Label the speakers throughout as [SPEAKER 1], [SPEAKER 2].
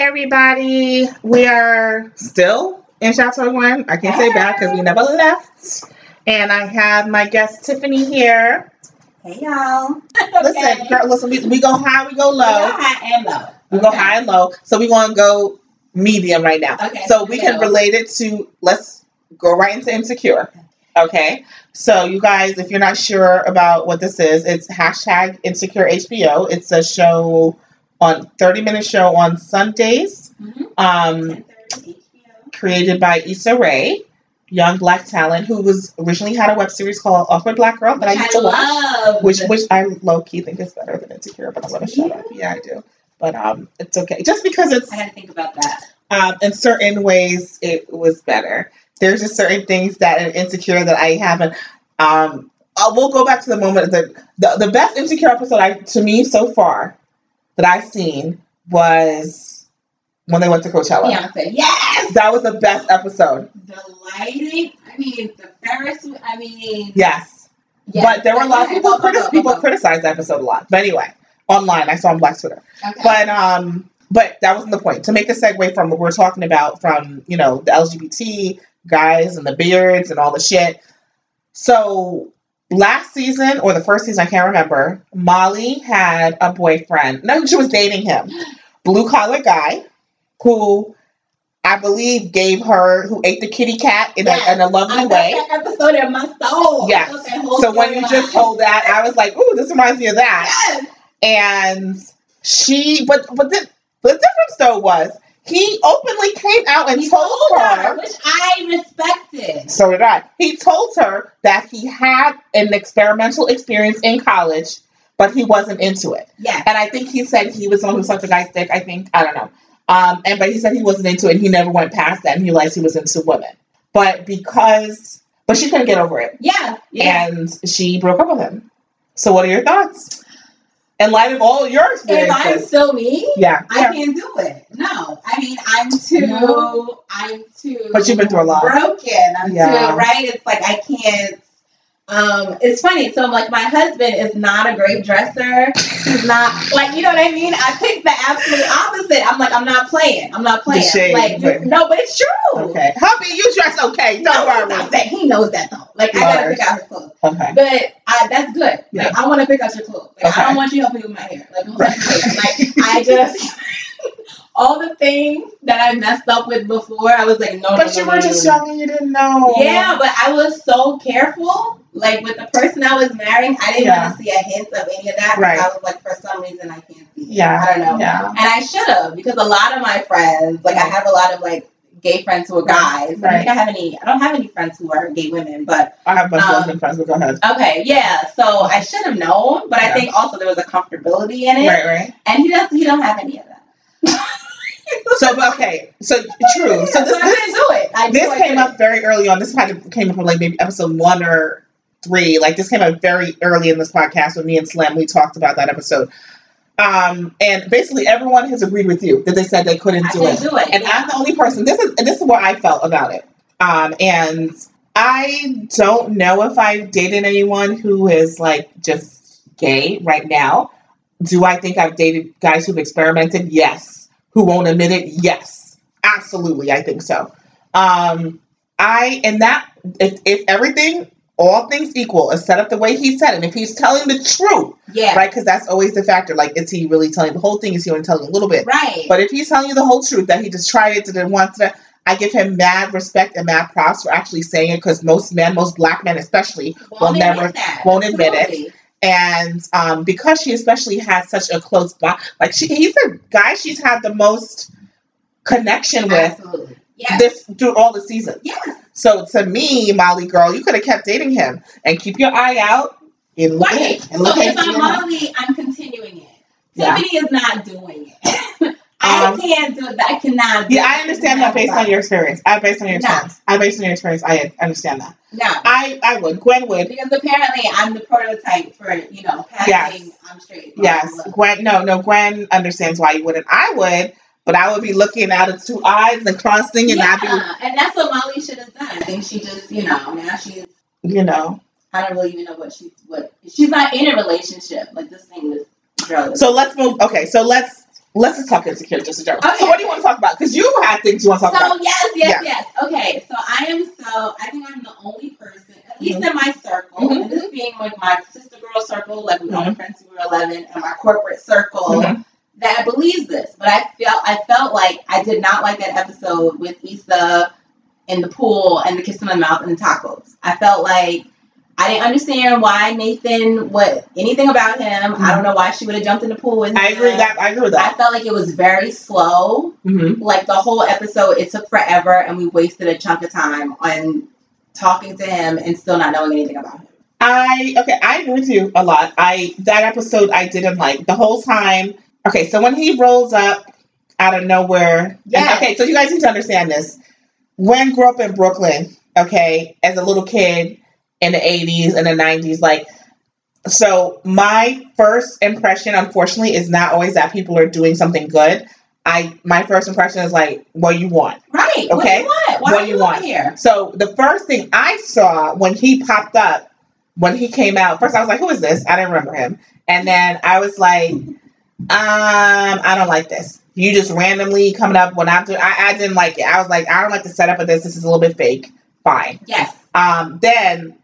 [SPEAKER 1] everybody. We are still in Chateau One. I can't say back because we never left. And I have my guest Tiffany here.
[SPEAKER 2] Hey y'all.
[SPEAKER 1] Listen, girl, listen, we, we go high, we go low.
[SPEAKER 2] high and low.
[SPEAKER 1] We go
[SPEAKER 2] Okay.
[SPEAKER 1] high and low. So we're going to go medium right now.
[SPEAKER 2] Okay.
[SPEAKER 1] So we can relate it to, let's go right into Insecure. Okay. So you guys, if you're not sure about what this is, it's hashtag Insecure HBO. It's a show on 30 minute show on Sundays.
[SPEAKER 2] Mhm.
[SPEAKER 1] Um, created by Issa Rae, young black talent who was originally had a web series called Awkward Black Girl that I
[SPEAKER 2] Which
[SPEAKER 1] used to watch,
[SPEAKER 2] love.
[SPEAKER 1] which which I low key think is better than Insecure, but I'm gonna shut up. Yeah, I do. But um, it's okay. Just because it's
[SPEAKER 2] I had to think about that.
[SPEAKER 1] um, in certain ways it was better. There's just certain things that are insecure that I haven't. Um, uh, we'll go back to the moment that the, the best insecure episode I to me so far that I've seen was when they went to Coachella.
[SPEAKER 2] Beyonce, yes.
[SPEAKER 1] That was the best episode.
[SPEAKER 2] The lighting. I mean, the Ferris. wheel, I mean,
[SPEAKER 1] Yes.
[SPEAKER 2] yeah.
[SPEAKER 1] But there were a lot of
[SPEAKER 2] Okay,
[SPEAKER 1] people,
[SPEAKER 2] go, go,
[SPEAKER 1] criti-
[SPEAKER 2] go, go,
[SPEAKER 1] people
[SPEAKER 2] go.
[SPEAKER 1] criticized that episode a lot. But anyway, online, I saw on Black Twitter.
[SPEAKER 2] Okay.
[SPEAKER 1] But um, but that wasn't the point. To make a segue from what we're talking about, from you know the LGBT guys and the beards and all the shit. So last season or the first season, I can't remember. Molly had a boyfriend. No, she was dating him, blue collar guy, who I believe gave her who ate the kitty cat in
[SPEAKER 2] Yes.
[SPEAKER 1] a in a lovely
[SPEAKER 2] I got
[SPEAKER 1] way.
[SPEAKER 2] that episode in my soul.
[SPEAKER 1] Yes.
[SPEAKER 2] I felt that whole
[SPEAKER 1] So when you
[SPEAKER 2] storyline.
[SPEAKER 1] just told that, I was like, "Ooh, this reminds me of that."
[SPEAKER 2] Yes.
[SPEAKER 1] And she, but but the, the difference though was he openly came out and
[SPEAKER 2] You
[SPEAKER 1] told
[SPEAKER 2] told her,
[SPEAKER 1] her.
[SPEAKER 2] which I respected.
[SPEAKER 1] So did I. He told her that he had an experimental experience in college, but he wasn't into it.
[SPEAKER 2] Yes.
[SPEAKER 1] And I think he said he was the one who sucked the guy's dick. I think I don't know. Um, and but he said he wasn't into it. and He never went past that, and he realized he was into women. But because, but she couldn't get over it
[SPEAKER 2] Yeah. Yeah.
[SPEAKER 1] and she broke up with him. So, what are your thoughts? In light of all your
[SPEAKER 2] if I'm
[SPEAKER 1] experiences,
[SPEAKER 2] still me,
[SPEAKER 1] yeah,
[SPEAKER 2] I can't do it. No, I mean I'm too.
[SPEAKER 1] No.
[SPEAKER 2] I'm too.
[SPEAKER 1] But you've been through a lot.
[SPEAKER 2] Broken. I'm
[SPEAKER 1] Yeah.
[SPEAKER 2] too right. It's like I can't. Um, it's funny. So like my husband is not a great dresser. He's not like you know what I mean. I picked the absolute opposite. I'm like I'm not playing. I'm not playing.
[SPEAKER 1] shade,
[SPEAKER 2] Like
[SPEAKER 1] right.
[SPEAKER 2] no, but it's true.
[SPEAKER 1] okay. Hubby, you dress okay.
[SPEAKER 2] He
[SPEAKER 1] Don't
[SPEAKER 2] knows
[SPEAKER 1] worry.
[SPEAKER 2] about that. He knows that though. Like I gotta
[SPEAKER 1] Word.
[SPEAKER 2] pick out his clothes.
[SPEAKER 1] Okay.
[SPEAKER 2] But I, that's good. Like,
[SPEAKER 1] Yeah.
[SPEAKER 2] I want to pick out your clothes. Like,
[SPEAKER 1] Okay.
[SPEAKER 2] I don't want you helping me with my hair. Like, don't
[SPEAKER 1] Right.
[SPEAKER 2] touch my hair. like I just all the things that I messed up with before. I was like, no, no,
[SPEAKER 1] But
[SPEAKER 2] no,
[SPEAKER 1] you
[SPEAKER 2] no,
[SPEAKER 1] were
[SPEAKER 2] no,
[SPEAKER 1] just
[SPEAKER 2] no.
[SPEAKER 1] young and you didn't know.
[SPEAKER 2] Yeah, but I was so careful. Like with the person I was marrying, I didn't
[SPEAKER 1] Yeah.
[SPEAKER 2] want to see a hint of any of that.
[SPEAKER 1] Right.
[SPEAKER 2] I was like, for some reason, I can't see. it.
[SPEAKER 1] Yeah.
[SPEAKER 2] I don't know.
[SPEAKER 1] Yeah.
[SPEAKER 2] And I should have because a lot of my friends, like I have a lot of like gay friends who are guys. I don't
[SPEAKER 1] Right.
[SPEAKER 2] think I have any. I don't have any friends who are gay women, but
[SPEAKER 1] I have a bunch of
[SPEAKER 2] Um,
[SPEAKER 1] lesbian friends, but go ahead.
[SPEAKER 2] Okay, yeah. So I should have known, but
[SPEAKER 1] Yeah.
[SPEAKER 2] I think also there was a comfortability in it,
[SPEAKER 1] Right, right.
[SPEAKER 2] and he doesn't. He don't have any of that.
[SPEAKER 1] So, but okay. So, true. So, this,
[SPEAKER 2] I didn't
[SPEAKER 1] this,
[SPEAKER 2] do it. I knew I
[SPEAKER 1] this came
[SPEAKER 2] couldn't.
[SPEAKER 1] up very early on. This kind of came up in like maybe episode one or three. Like this came up very early in this podcast with me and Slim. We talked about that episode. Um, and basically everyone has agreed with you that they said they couldn't
[SPEAKER 2] I
[SPEAKER 1] do it.
[SPEAKER 2] couldn't do it.
[SPEAKER 1] And I'm the only person. This is and this is what I felt about it. Um, and I don't know if I've dated anyone who is like just gay right now. Do I think I've dated guys who've experimented? Yes. Who won't admit it? Yes. Absolutely, I think so. Um, I and that if, if everything, all things equal, is set up the way he said, and if he's telling the truth,
[SPEAKER 2] yeah.
[SPEAKER 1] right? Because that's always the factor. Like, is he really telling the whole thing? Is he only telling a little bit?
[SPEAKER 2] Right.
[SPEAKER 1] But if he's telling you the whole truth that he just tried it, didn't want to, I give him mad respect and mad props for actually saying it because most men, most black men especially, will
[SPEAKER 2] admit
[SPEAKER 1] never-
[SPEAKER 2] that.
[SPEAKER 1] won't admit it.
[SPEAKER 2] Absolutely.
[SPEAKER 1] and um, because she especially had such a close bond, like she, he's the guy she's had the most connection with
[SPEAKER 2] Absolutely. Yeah.
[SPEAKER 1] this through all the seasons.
[SPEAKER 2] Yes.
[SPEAKER 1] So to me, Molly girl, you could have kept dating him and keep your eye out and look
[SPEAKER 2] Right.
[SPEAKER 1] and look
[SPEAKER 2] so if
[SPEAKER 1] at
[SPEAKER 2] I'm
[SPEAKER 1] him.
[SPEAKER 2] Molly, I'm continuing it.
[SPEAKER 1] Yeah.
[SPEAKER 2] Tiffany is not doing it. I
[SPEAKER 1] Um,
[SPEAKER 2] can't do it. I cannot. do
[SPEAKER 1] Yeah, I
[SPEAKER 2] it.
[SPEAKER 1] understand that based on your experience. I based on your
[SPEAKER 2] No.
[SPEAKER 1] experience. I based on your experience. I understand that.
[SPEAKER 2] no.
[SPEAKER 1] I I would. Gwen would.
[SPEAKER 2] Because apparently I'm the prototype for you know passing. I'm straight.
[SPEAKER 1] Yes, Gwen. No, no, Gwen understands why you wouldn't. I would, but I would be looking out of two eyes and crossing, and I'd
[SPEAKER 2] Yeah, and that's what Molly should have done. I think she just, you know, now she's.
[SPEAKER 1] be, you know.
[SPEAKER 2] I don't really even know what she's what she's not in a relationship. Like this thing with drugs.
[SPEAKER 1] So let's move. Okay, so let's Let's just talk insecure just in general.
[SPEAKER 2] Okay.
[SPEAKER 1] So what do you want to talk about? Because you had things you want to talk
[SPEAKER 2] So
[SPEAKER 1] about.
[SPEAKER 2] yes, yes, yes. Okay, so I am so I think I'm the only person, at
[SPEAKER 1] Mm-hmm.
[SPEAKER 2] least in my circle,
[SPEAKER 1] Mhm.
[SPEAKER 2] and this being like my sister girl circle, like we mm
[SPEAKER 1] Mm-hmm.
[SPEAKER 2] only friends who were eleven, and my corporate circle that believes this. But I felt I felt like I did not like that episode with Issa in the pool and the kiss in the mouth and the tacos. I felt like I didn't understand why Nathan what anything about him. I don't know why she would have jumped in the pool with him.
[SPEAKER 1] Mm-hmm. I agree with that. I agree with
[SPEAKER 2] I
[SPEAKER 1] that.
[SPEAKER 2] felt like it was very slow
[SPEAKER 1] Mm-hmm.
[SPEAKER 2] like the whole episode it took forever and we wasted a chunk of time on talking to him and still not knowing anything about him
[SPEAKER 1] I okay, I agree with you a lot. I that episode I didn't like the whole time. Okay, so when he rolls up out of nowhere, and-
[SPEAKER 2] Yes.
[SPEAKER 1] okay, so you guys need to understand this. When grew up in Brooklyn, okay, as a little kid in the eighties and the nineties, like so my first impression, unfortunately, is not always that people are doing something good. I my first impression is like, what you want.
[SPEAKER 2] right what do
[SPEAKER 1] Okay.
[SPEAKER 2] you want why
[SPEAKER 1] What
[SPEAKER 2] are
[SPEAKER 1] do
[SPEAKER 2] you,
[SPEAKER 1] you want?
[SPEAKER 2] over here
[SPEAKER 1] So the first thing I saw when he popped up, when he came out, first I was like, "Who is this?" I didn't remember him, and then I was like, "Um, I don't like this. You just randomly coming up when I'm doing. I, I didn't like it. I was like, I don't like the setup of this. This is a little bit fake. Fine.
[SPEAKER 2] yes
[SPEAKER 1] Um, then."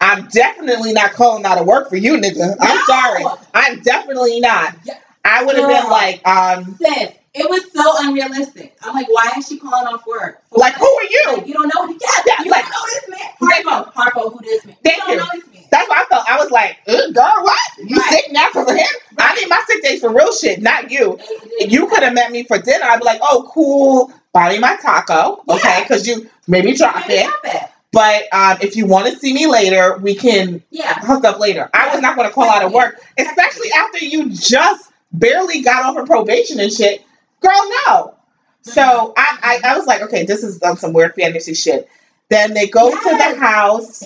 [SPEAKER 1] I'm definitely not calling out of work for you, nigga. I'm
[SPEAKER 2] No!
[SPEAKER 1] sorry. I'm definitely not.
[SPEAKER 2] Yeah.
[SPEAKER 1] I would have been
[SPEAKER 2] Girl.
[SPEAKER 1] like, um,
[SPEAKER 2] sis it was so unrealistic i'm like why is she calling off work For
[SPEAKER 1] like, who
[SPEAKER 2] what?
[SPEAKER 1] are you?
[SPEAKER 2] Like, you don't know yes
[SPEAKER 1] Yeah,
[SPEAKER 2] you
[SPEAKER 1] like-
[SPEAKER 2] don't know this man harpo harpo who this man
[SPEAKER 1] Thank
[SPEAKER 2] you
[SPEAKER 1] you.
[SPEAKER 2] don't know this man
[SPEAKER 1] That's what I felt. I was like, "Ugh, girl, what? You
[SPEAKER 2] Right.
[SPEAKER 1] sick now because of him? I need my sick days for real shit, not you. If you could have met me for dinner, I'd be like, oh, cool, buy me my taco, okay?
[SPEAKER 2] Yeah.
[SPEAKER 1] Because you maybe drop it. But um, if you want to see me later, we can
[SPEAKER 2] yeah
[SPEAKER 1] hook up later. I was not going to call out of work, especially after you just barely got off of probation and shit. Girl, no.
[SPEAKER 2] Mm-hmm.
[SPEAKER 1] So I, I, I was like, okay, this is um, some weird fantasy shit. Then they go to
[SPEAKER 2] Yes.
[SPEAKER 1] the house.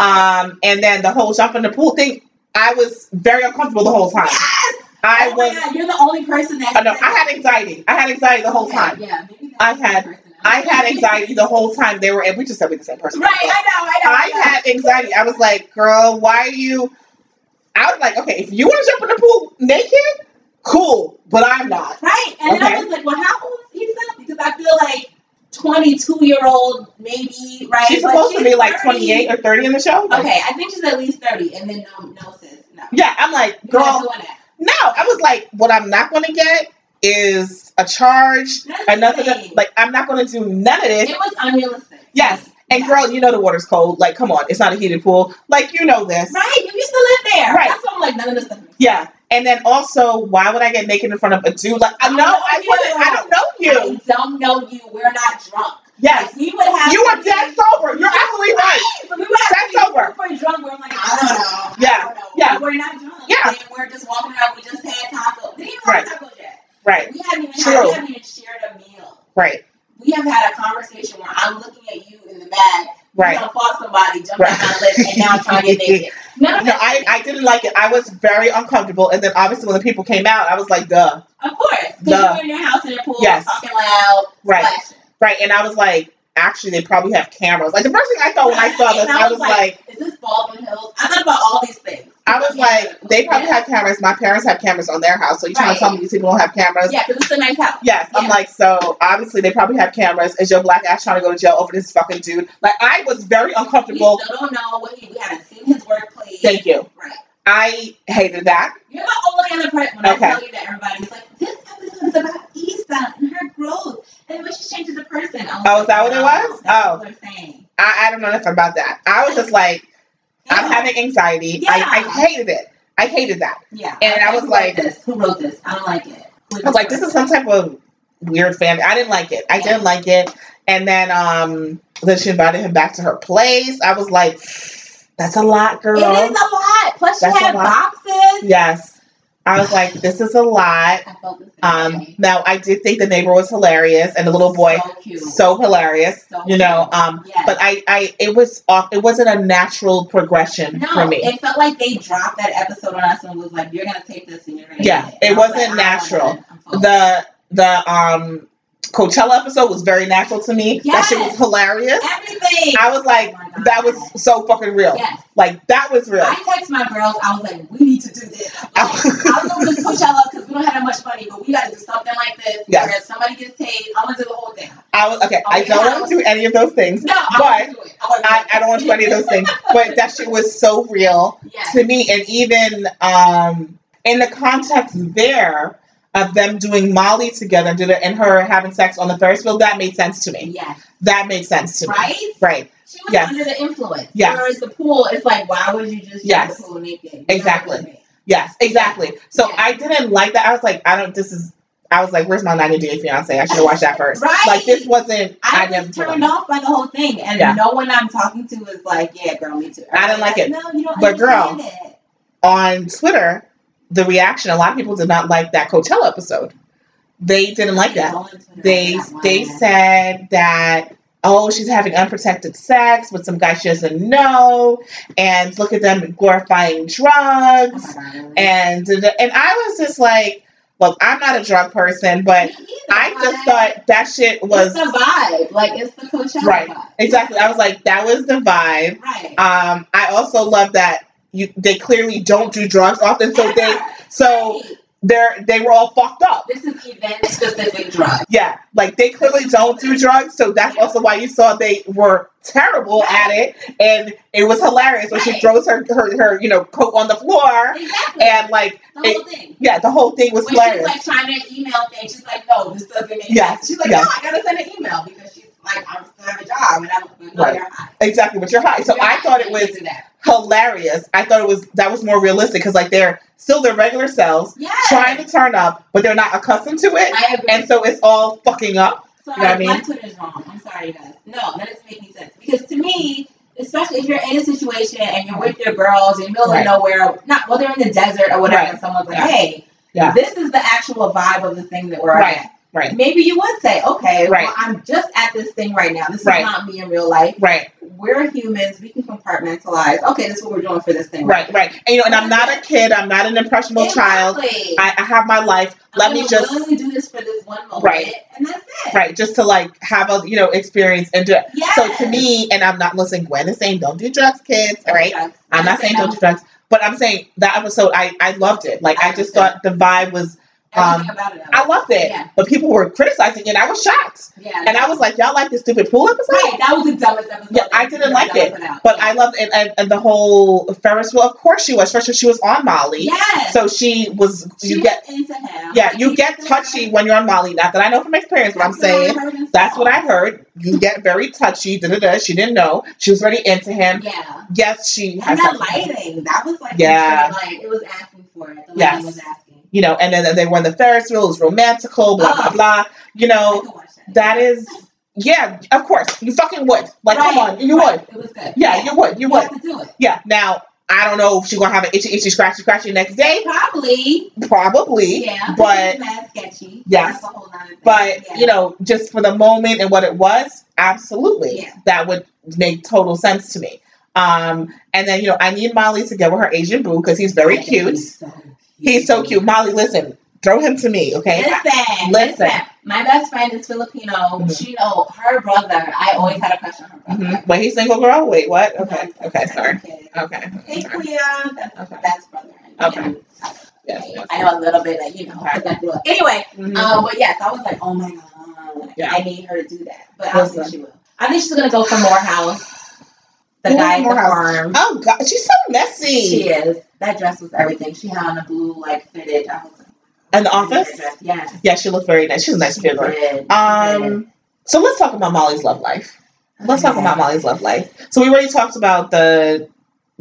[SPEAKER 1] Um, and then the whole jump in the pool thing, I was very uncomfortable the whole time.
[SPEAKER 2] yes!
[SPEAKER 1] I
[SPEAKER 2] oh my
[SPEAKER 1] was, uh, Oh,
[SPEAKER 2] God, you're the only person that
[SPEAKER 1] I know, I had anxiety. I had anxiety the whole
[SPEAKER 2] Okay,
[SPEAKER 1] time.
[SPEAKER 2] yeah maybe that's
[SPEAKER 1] I
[SPEAKER 2] the
[SPEAKER 1] had-
[SPEAKER 2] person.
[SPEAKER 1] I had anxiety the whole time they were, and we just said we the same person.
[SPEAKER 2] Right, I know, I know.
[SPEAKER 1] I
[SPEAKER 2] know.
[SPEAKER 1] had anxiety. I was like, girl, why are you? I was like, okay, if you want to jump in the pool naked, cool, but I'm not.
[SPEAKER 2] Right. And then I
[SPEAKER 1] Okay.
[SPEAKER 2] was like, well, how old is Issa? Because I feel like 22 year old, maybe, right?
[SPEAKER 1] She's
[SPEAKER 2] But
[SPEAKER 1] supposed to be like
[SPEAKER 2] 30.
[SPEAKER 1] 28 or 30 in the show. Like,
[SPEAKER 2] Okay, I think she's at least 30. And then no, no, sis, no.
[SPEAKER 1] Yeah, I'm like,
[SPEAKER 2] You're not
[SPEAKER 1] girl,
[SPEAKER 2] doing that.
[SPEAKER 1] no. I was like, what I'm not going to get is a charge,
[SPEAKER 2] That's the
[SPEAKER 1] another,
[SPEAKER 2] thing.
[SPEAKER 1] like, I'm not going to do none of this.
[SPEAKER 2] it was unrealistic.
[SPEAKER 1] Yes. And
[SPEAKER 2] Yeah.
[SPEAKER 1] girl, you know the water's cold. Like, come on, it's not a heated pool. Like, you know this.
[SPEAKER 2] Right, you used to live there.
[SPEAKER 1] Right.
[SPEAKER 2] That's why I'm like, none of this stuff. makes
[SPEAKER 1] Yeah. And then also, why would I get naked in front of a dude? Like, I know I wouldn't. I don't know you.
[SPEAKER 2] sense. I don't know you. We're not drunk.
[SPEAKER 1] Yes.
[SPEAKER 2] Like, we would have.
[SPEAKER 1] You
[SPEAKER 2] to
[SPEAKER 1] are
[SPEAKER 2] be-
[SPEAKER 1] dead sober. You're absolutely right.
[SPEAKER 2] But we would have
[SPEAKER 1] That's
[SPEAKER 2] to be
[SPEAKER 1] over.
[SPEAKER 2] super drunk. We're like, I don't know. I
[SPEAKER 1] Yeah,
[SPEAKER 2] don't know.
[SPEAKER 1] yeah.
[SPEAKER 2] We're not drunk.
[SPEAKER 1] Yeah.
[SPEAKER 2] And we're just walking around. We just had tacos. We didn't even
[SPEAKER 1] Right.
[SPEAKER 2] have tacos yet.
[SPEAKER 1] Right.
[SPEAKER 2] We haven't even had,
[SPEAKER 1] True.
[SPEAKER 2] we haven't even shared a meal.
[SPEAKER 1] Right.
[SPEAKER 2] We have had a conversation where I'm looking at you in the bag.
[SPEAKER 1] Right.
[SPEAKER 2] You don't fought somebody, jumped
[SPEAKER 1] Right.
[SPEAKER 2] out my lip, and now I'm trying to get naked. None of
[SPEAKER 1] No,
[SPEAKER 2] that.
[SPEAKER 1] I, I didn't like it. I was very uncomfortable. And then obviously when the people came out, I was like, duh.
[SPEAKER 2] of course. Because you
[SPEAKER 1] Duh.
[SPEAKER 2] were in your house in the pool,
[SPEAKER 1] Yes.
[SPEAKER 2] talking loud,
[SPEAKER 1] Right.
[SPEAKER 2] flashing.
[SPEAKER 1] Right. And I was like, actually, they probably have cameras. Like the first thing I thought when I saw this,
[SPEAKER 2] And
[SPEAKER 1] I was like,
[SPEAKER 2] is this Baldwin Hills? I thought about all these things.
[SPEAKER 1] I was like, they probably have cameras. My parents have cameras on their house. So you're trying
[SPEAKER 2] Right.
[SPEAKER 1] to tell me these people don't have cameras?
[SPEAKER 2] Yeah, because it's a nice house.
[SPEAKER 1] Yes, I'm
[SPEAKER 2] Yeah.
[SPEAKER 1] like, so obviously they probably have cameras. Is your black ass trying to go to jail over this fucking dude? Like, I was very
[SPEAKER 2] We
[SPEAKER 1] uncomfortable.
[SPEAKER 2] still don't know what he, we haven't seen his workplace.
[SPEAKER 1] Thank you.
[SPEAKER 2] Right.
[SPEAKER 1] I hated that.
[SPEAKER 2] You're the only other person when
[SPEAKER 1] Okay.
[SPEAKER 2] I tell you that everybody's like, this episode is about Issa and her growth and the way she changed as a person. I'm
[SPEAKER 1] Oh,
[SPEAKER 2] like,
[SPEAKER 1] is that what it
[SPEAKER 2] no,
[SPEAKER 1] was?
[SPEAKER 2] That's
[SPEAKER 1] Oh.
[SPEAKER 2] what they're saying.
[SPEAKER 1] I, I don't know nothing about that. I was just like, I'm having anxiety.
[SPEAKER 2] Yeah.
[SPEAKER 1] I, I hated it. I hated that.
[SPEAKER 2] Yeah.
[SPEAKER 1] and I
[SPEAKER 2] Who
[SPEAKER 1] was
[SPEAKER 2] wrote
[SPEAKER 1] like-
[SPEAKER 2] this? who wrote this? I don't like it. Who
[SPEAKER 1] I was like, this is some type of weird fan. I didn't like it. I
[SPEAKER 2] Yeah.
[SPEAKER 1] didn't like it. And then um then she invited him back to her place. I was like, that's a lot,
[SPEAKER 2] It
[SPEAKER 1] girl.
[SPEAKER 2] is a lot. Plus, she
[SPEAKER 1] That's a
[SPEAKER 2] had
[SPEAKER 1] lot.
[SPEAKER 2] boxes.
[SPEAKER 1] Yes. I was like, this is a lot.
[SPEAKER 2] I felt the same
[SPEAKER 1] Um,
[SPEAKER 2] way.
[SPEAKER 1] now I did think the neighbor was hilarious and the little boy
[SPEAKER 2] So cute.
[SPEAKER 1] so hilarious,
[SPEAKER 2] So
[SPEAKER 1] you know.
[SPEAKER 2] cute.
[SPEAKER 1] Um,
[SPEAKER 2] Yes.
[SPEAKER 1] but I, I, it was off. It wasn't a natural progression
[SPEAKER 2] No,
[SPEAKER 1] for me.
[SPEAKER 2] it felt like they dropped that episode on us and was like, "You're gonna take this and you're gonna."
[SPEAKER 1] Yeah,
[SPEAKER 2] get it, And
[SPEAKER 1] it
[SPEAKER 2] I was
[SPEAKER 1] wasn't
[SPEAKER 2] like, I don't
[SPEAKER 1] natural.
[SPEAKER 2] want it. I'm full.
[SPEAKER 1] the the um Coachella episode was very natural to me.
[SPEAKER 2] Yes.
[SPEAKER 1] That shit was hilarious.
[SPEAKER 2] Everything.
[SPEAKER 1] I was like,
[SPEAKER 2] Oh my God.
[SPEAKER 1] that was so fucking real.
[SPEAKER 2] Yes.
[SPEAKER 1] Like that was real.
[SPEAKER 2] I text my girls. I was like, we need to do this. I'm
[SPEAKER 1] Oh.
[SPEAKER 2] like, I'm gonna do Coachella because we don't have that much money, but we gotta do something like this.
[SPEAKER 1] Yes.
[SPEAKER 2] Where if somebody gets paid, I'm gonna do the whole thing.
[SPEAKER 1] I was okay. I
[SPEAKER 2] Oh,
[SPEAKER 1] don't
[SPEAKER 2] yeah.
[SPEAKER 1] want to do any of those things.
[SPEAKER 2] No, I want to do it. I, wanna do
[SPEAKER 1] I,
[SPEAKER 2] it.
[SPEAKER 1] I don't want to do any of those things. But that shit was so real
[SPEAKER 2] Yes.
[SPEAKER 1] to me, and even um, in the context there of them doing Molly together and did it- and her having sex on the Ferris wheel, that made sense to me.
[SPEAKER 2] Yes.
[SPEAKER 1] That made sense to me.
[SPEAKER 2] Right.
[SPEAKER 1] Right.
[SPEAKER 2] She was
[SPEAKER 1] Yes.
[SPEAKER 2] under the influence.
[SPEAKER 1] Yes.
[SPEAKER 2] Whereas the pool, it's like, why would you just
[SPEAKER 1] Yes.
[SPEAKER 2] use the pool naked? You're not
[SPEAKER 1] Exactly.
[SPEAKER 2] with me.
[SPEAKER 1] Yes, exactly. So
[SPEAKER 2] Yeah.
[SPEAKER 1] I didn't like that. I was like, I don't. This is. I was like, where's my 90 Day Fiance? I should have watched that first.
[SPEAKER 2] Right.
[SPEAKER 1] Like this wasn't.
[SPEAKER 2] I,
[SPEAKER 1] didn't.
[SPEAKER 2] was turned off by the whole thing, and
[SPEAKER 1] Yeah.
[SPEAKER 2] no one I'm talking to is like, "Yeah, girl, me too."
[SPEAKER 1] I didn't like it.
[SPEAKER 2] No, you don't.
[SPEAKER 1] But girl-
[SPEAKER 2] understand it.
[SPEAKER 1] on Twitter, the reaction a lot of people did not like that Coachella episode. They didn't like that.
[SPEAKER 2] All on Twitter
[SPEAKER 1] They
[SPEAKER 2] was that one.
[SPEAKER 1] they said that oh she's having unprotected sex with some guy she doesn't know, and look at them glorifying
[SPEAKER 2] Oh
[SPEAKER 1] drugs,
[SPEAKER 2] my God, really?
[SPEAKER 1] and and I was just like, look, I'm not a drug person, but
[SPEAKER 2] Me either,
[SPEAKER 1] I
[SPEAKER 2] like,
[SPEAKER 1] just thought that shit was
[SPEAKER 2] it's the vibe, like it's the Coachella
[SPEAKER 1] Right.
[SPEAKER 2] vibe,
[SPEAKER 1] exactly. I was like, that was the vibe.
[SPEAKER 2] right?
[SPEAKER 1] Um, I also love that you they clearly don't do drugs often, so they
[SPEAKER 2] Yeah,
[SPEAKER 1] so
[SPEAKER 2] right.
[SPEAKER 1] they're they were all fucked up.
[SPEAKER 2] this is event specific drugs.
[SPEAKER 1] Yeah, like they clearly don't do drugs, so that's also why you saw they were terrible at it, and it was hilarious when she
[SPEAKER 2] Right.
[SPEAKER 1] throws her, her her you know coat on the floor,
[SPEAKER 2] Exactly,
[SPEAKER 1] and like
[SPEAKER 2] the whole thing.
[SPEAKER 1] yeah, the whole thing was
[SPEAKER 2] when she's
[SPEAKER 1] hilarious.
[SPEAKER 2] like trying to email thing, she's like, "No, this doesn't make
[SPEAKER 1] Yes,
[SPEAKER 2] sense." She's like,
[SPEAKER 1] yes.
[SPEAKER 2] "No, I gotta send an email because she's like, I'm still have a job, and I'm like, no,
[SPEAKER 1] Right.
[SPEAKER 2] you're hot."
[SPEAKER 1] exactly, but you're high. So
[SPEAKER 2] You're
[SPEAKER 1] I
[SPEAKER 2] hot.
[SPEAKER 1] thought it
[SPEAKER 2] You
[SPEAKER 1] was
[SPEAKER 2] can do that.
[SPEAKER 1] hilarious. I thought it was that was more realistic because like they're still their regular selves,
[SPEAKER 2] Yes.
[SPEAKER 1] trying to turn up, but they're not accustomed to it,
[SPEAKER 2] I agree.
[SPEAKER 1] and so it's all fucking up.
[SPEAKER 2] Sorry,
[SPEAKER 1] You know what I mean?
[SPEAKER 2] my Twitter's wrong. I'm sorry, you guys. No, that doesn't make any sense. Because to me, especially if you're in a situation and you're with your girls, you're in the middle
[SPEAKER 1] Right.
[SPEAKER 2] of nowhere, not well, they're in the desert or whatever,
[SPEAKER 1] Right.
[SPEAKER 2] and someone's like,
[SPEAKER 1] Yeah.
[SPEAKER 2] hey,
[SPEAKER 1] Yeah.
[SPEAKER 2] this is the actual vibe of the thing that we're
[SPEAKER 1] Right.
[SPEAKER 2] at.
[SPEAKER 1] Right,
[SPEAKER 2] Maybe you would say, okay,
[SPEAKER 1] Right.
[SPEAKER 2] well, I'm just at this thing right now. This
[SPEAKER 1] Right.
[SPEAKER 2] is not me in real life.
[SPEAKER 1] right,
[SPEAKER 2] We're humans. We can compartmentalize. Okay, this is what we're doing for this thing.
[SPEAKER 1] right, right. And you know, and I'm not a kid. I'm not an impressionable child.
[SPEAKER 2] Exactly.
[SPEAKER 1] I, I have my life.
[SPEAKER 2] I'm
[SPEAKER 1] Let me
[SPEAKER 2] gonna
[SPEAKER 1] just
[SPEAKER 2] willingly do this for this one moment,
[SPEAKER 1] Right.
[SPEAKER 2] and that's it.
[SPEAKER 1] right, just to like have a you know experience and do it.
[SPEAKER 2] Yes.
[SPEAKER 1] So to me, and I'm not listening. Gwen is saying don't do drugs, kids. All right,
[SPEAKER 2] Yes.
[SPEAKER 1] I'm not saying don't do drugs, but I'm saying that episode I I loved it. Like I just thought the vibe was um,
[SPEAKER 2] Everything about it.
[SPEAKER 1] I loved it,
[SPEAKER 2] Yeah.
[SPEAKER 1] but people were criticizing it. and I was shocked,
[SPEAKER 2] Yeah.
[SPEAKER 1] and I was like, y'all like this stupid pool episode.
[SPEAKER 2] Right, that was the dumbest episode.
[SPEAKER 1] Yeah, I didn't like it, But I
[SPEAKER 2] yeah.
[SPEAKER 1] loved it, and, and the whole Ferris wheel. Of course, she was. First, she was on Molly,
[SPEAKER 2] yes,
[SPEAKER 1] so she was.
[SPEAKER 2] she
[SPEAKER 1] you
[SPEAKER 2] was
[SPEAKER 1] get
[SPEAKER 2] into him.
[SPEAKER 1] yeah,
[SPEAKER 2] Like,
[SPEAKER 1] you
[SPEAKER 2] he
[SPEAKER 1] get
[SPEAKER 2] was
[SPEAKER 1] touchy
[SPEAKER 2] into
[SPEAKER 1] when you're on Molly. Not that I know from experience,
[SPEAKER 2] him.
[SPEAKER 1] but I'm
[SPEAKER 2] That's what I
[SPEAKER 1] saying
[SPEAKER 2] heard him
[SPEAKER 1] That's what I
[SPEAKER 2] say.
[SPEAKER 1] heard. You get very touchy. Da, da, da. She didn't know. She was already into him.
[SPEAKER 2] Yeah,
[SPEAKER 1] Yes, she
[SPEAKER 2] and
[SPEAKER 1] has
[SPEAKER 2] that
[SPEAKER 1] sex with him,
[SPEAKER 2] lighting, that was like
[SPEAKER 1] Yeah.
[SPEAKER 2] like it was asking for it. The
[SPEAKER 1] Yes.
[SPEAKER 2] lighting was asking.
[SPEAKER 1] You know, and then they were on the Ferris wheel. It was romantical, blah, blah,
[SPEAKER 2] Oh.
[SPEAKER 1] blah. You
[SPEAKER 2] I
[SPEAKER 1] know,
[SPEAKER 2] could watch that.
[SPEAKER 1] that is, yeah, of course. You fucking would. Like, come
[SPEAKER 2] Right,
[SPEAKER 1] on. You
[SPEAKER 2] right.
[SPEAKER 1] would.
[SPEAKER 2] It was good.
[SPEAKER 1] Yeah, you would. You
[SPEAKER 2] You
[SPEAKER 1] would.
[SPEAKER 2] have to do it.
[SPEAKER 1] Yeah. Now, I don't know if she's going to have an itchy, itchy, scratchy, scratchy next day.
[SPEAKER 2] Probably.
[SPEAKER 1] Probably.
[SPEAKER 2] Yeah.
[SPEAKER 1] But,
[SPEAKER 2] mad sketchy.
[SPEAKER 1] Yes.
[SPEAKER 2] That's a whole nother thing.
[SPEAKER 1] but
[SPEAKER 2] yeah.
[SPEAKER 1] you know, just for the moment and what it was, absolutely.
[SPEAKER 2] Yeah.
[SPEAKER 1] That would make total sense to me. Um, and then, you know, I need Molly to get with her Asian boo because he's very
[SPEAKER 2] I think
[SPEAKER 1] cute.
[SPEAKER 2] He's so cute.
[SPEAKER 1] He's so cute. Molly, listen, throw him to me, okay?
[SPEAKER 2] Listen,
[SPEAKER 1] Listen.
[SPEAKER 2] listen. My best friend is Filipino.
[SPEAKER 1] Mhm.
[SPEAKER 2] She know her brother. I always had a crush on her brother.
[SPEAKER 1] Mhm. Wait, he's single girl? Wait, what?
[SPEAKER 2] Mm-hmm.
[SPEAKER 1] Okay, okay, sorry. Okay.
[SPEAKER 2] Hey,
[SPEAKER 1] Okay.
[SPEAKER 2] Clea. That's
[SPEAKER 1] Okay.
[SPEAKER 2] her best brother.
[SPEAKER 1] Okay. Yes.
[SPEAKER 2] Yes, I know a little bit, like, you know,
[SPEAKER 1] Okay.
[SPEAKER 2] because I grew up. Anyway,
[SPEAKER 1] Mhm.
[SPEAKER 2] um, but yes, I was like, oh my God,
[SPEAKER 1] Yeah.
[SPEAKER 2] I need her to do that. But I don't think
[SPEAKER 1] Listen.
[SPEAKER 2] she will. I think she's going to go for Morehouse, the
[SPEAKER 1] Who is
[SPEAKER 2] guy at the
[SPEAKER 1] Morehouse?
[SPEAKER 2] farm.
[SPEAKER 1] Oh god, she's so messy.
[SPEAKER 2] She is. That dress was everything. She had on a blue, like, fitted. I was like,
[SPEAKER 1] In the
[SPEAKER 2] I need
[SPEAKER 1] office?
[SPEAKER 2] that dress. Yes.
[SPEAKER 1] Yeah, she looked very nice. She's a nice
[SPEAKER 2] She
[SPEAKER 1] figure.
[SPEAKER 2] did. She did.
[SPEAKER 1] Um so let's talk about Molly's love life. Let's talk
[SPEAKER 2] Okay.
[SPEAKER 1] about Molly's love life. So we already talked about the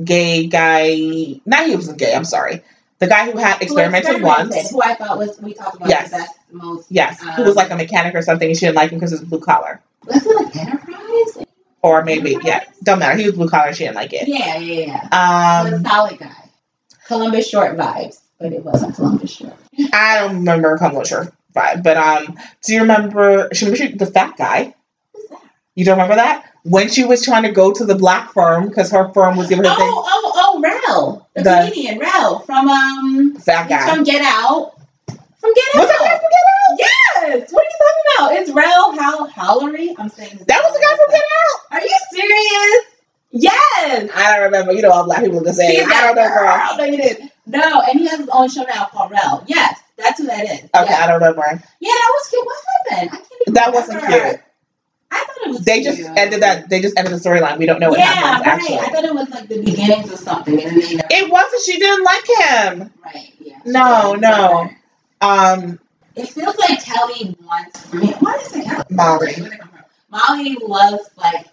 [SPEAKER 1] gay guy not he wasn't gay, I'm sorry. The guy who had experimented,
[SPEAKER 2] Who
[SPEAKER 1] once.
[SPEAKER 2] Who I thought was we talked about
[SPEAKER 1] Yes.
[SPEAKER 2] the best, most.
[SPEAKER 1] Yes. who was like a mechanic or something and she didn't like him because he was blue collar.
[SPEAKER 2] Was it like Enterprise?
[SPEAKER 1] Or maybe yeah. Don't matter. He was blue collar, she didn't like it.
[SPEAKER 2] Yeah, yeah, yeah. was
[SPEAKER 1] Um,
[SPEAKER 2] a solid guy. Columbus Short vibes, but it wasn't Columbus Short.
[SPEAKER 1] I don't remember Cumberland Shore vibe, but um, do you remember? She remember she, the fat guy.
[SPEAKER 2] Who's that?
[SPEAKER 1] You don't remember that when she was trying to go to the black firm because her firm was giving her
[SPEAKER 2] Oh, oh, oh, Rel, the,
[SPEAKER 1] The-
[SPEAKER 2] comedian Rel from um,
[SPEAKER 1] thing. Fat
[SPEAKER 2] he's
[SPEAKER 1] guy.
[SPEAKER 2] from Get Out. From Get
[SPEAKER 1] Was that guy
[SPEAKER 2] Out.
[SPEAKER 1] from Get Out?
[SPEAKER 2] Yes. What are you talking about? It's Rel Hal Hallery. I'm saying his
[SPEAKER 1] That
[SPEAKER 2] name
[SPEAKER 1] was the guy from Get Out.
[SPEAKER 2] Are you serious? Yes.
[SPEAKER 1] I don't remember. You know, all black people look the
[SPEAKER 2] He's
[SPEAKER 1] same. I
[SPEAKER 2] that
[SPEAKER 1] don't know, girl.
[SPEAKER 2] girl. No, you didn't. No, and he has his own show now called Rel. Yes, that's who that is.
[SPEAKER 1] Okay,
[SPEAKER 2] Yeah,
[SPEAKER 1] I don't know, Brian.
[SPEAKER 2] yeah that was cute. What happened? I can't even
[SPEAKER 1] That wasn't
[SPEAKER 2] remember.
[SPEAKER 1] cute.
[SPEAKER 2] I thought it was.
[SPEAKER 1] They just
[SPEAKER 2] cute.
[SPEAKER 1] ended that. They just ended the storyline. We don't know what
[SPEAKER 2] yeah,
[SPEAKER 1] happens
[SPEAKER 2] right.
[SPEAKER 1] actually.
[SPEAKER 2] I thought it was like the beginnings of something, and then
[SPEAKER 1] It wasn't. She didn't like him.
[SPEAKER 2] right. Yeah.
[SPEAKER 1] No, no. Um,
[SPEAKER 2] It feels like Kelly wants. I mean, why does it Kelly?
[SPEAKER 1] Molly.
[SPEAKER 2] Where they come from? Molly loves like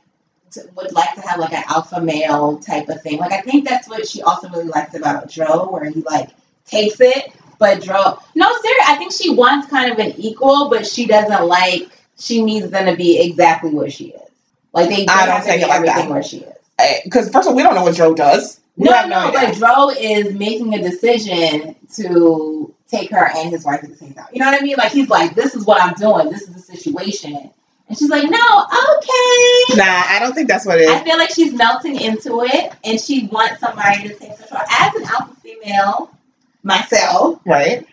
[SPEAKER 2] to, would like to have like an alpha male type of thing. Like I think that's what she also really likes about Dro, where he like takes it, but Dro. No, seriously, I think she wants kind of an equal, but she doesn't like. She needs them to be exactly where she is. Like they
[SPEAKER 1] I don't
[SPEAKER 2] have to
[SPEAKER 1] take
[SPEAKER 2] be
[SPEAKER 1] it like that.
[SPEAKER 2] everything where she is.
[SPEAKER 1] because Eh, first of all, we don't know what Joe does. We
[SPEAKER 2] No,
[SPEAKER 1] have
[SPEAKER 2] no,
[SPEAKER 1] idea.
[SPEAKER 2] but Dro is making a decision to take her and his wife at the same time. You know what I mean? Like he's like, this is what I'm doing. This is the situation, and she's like, no, okay.
[SPEAKER 1] Nah, I don't think that's what it is.
[SPEAKER 2] I feel like she's melting into it, and she wants somebody to take control. As an alpha female myself,
[SPEAKER 1] right?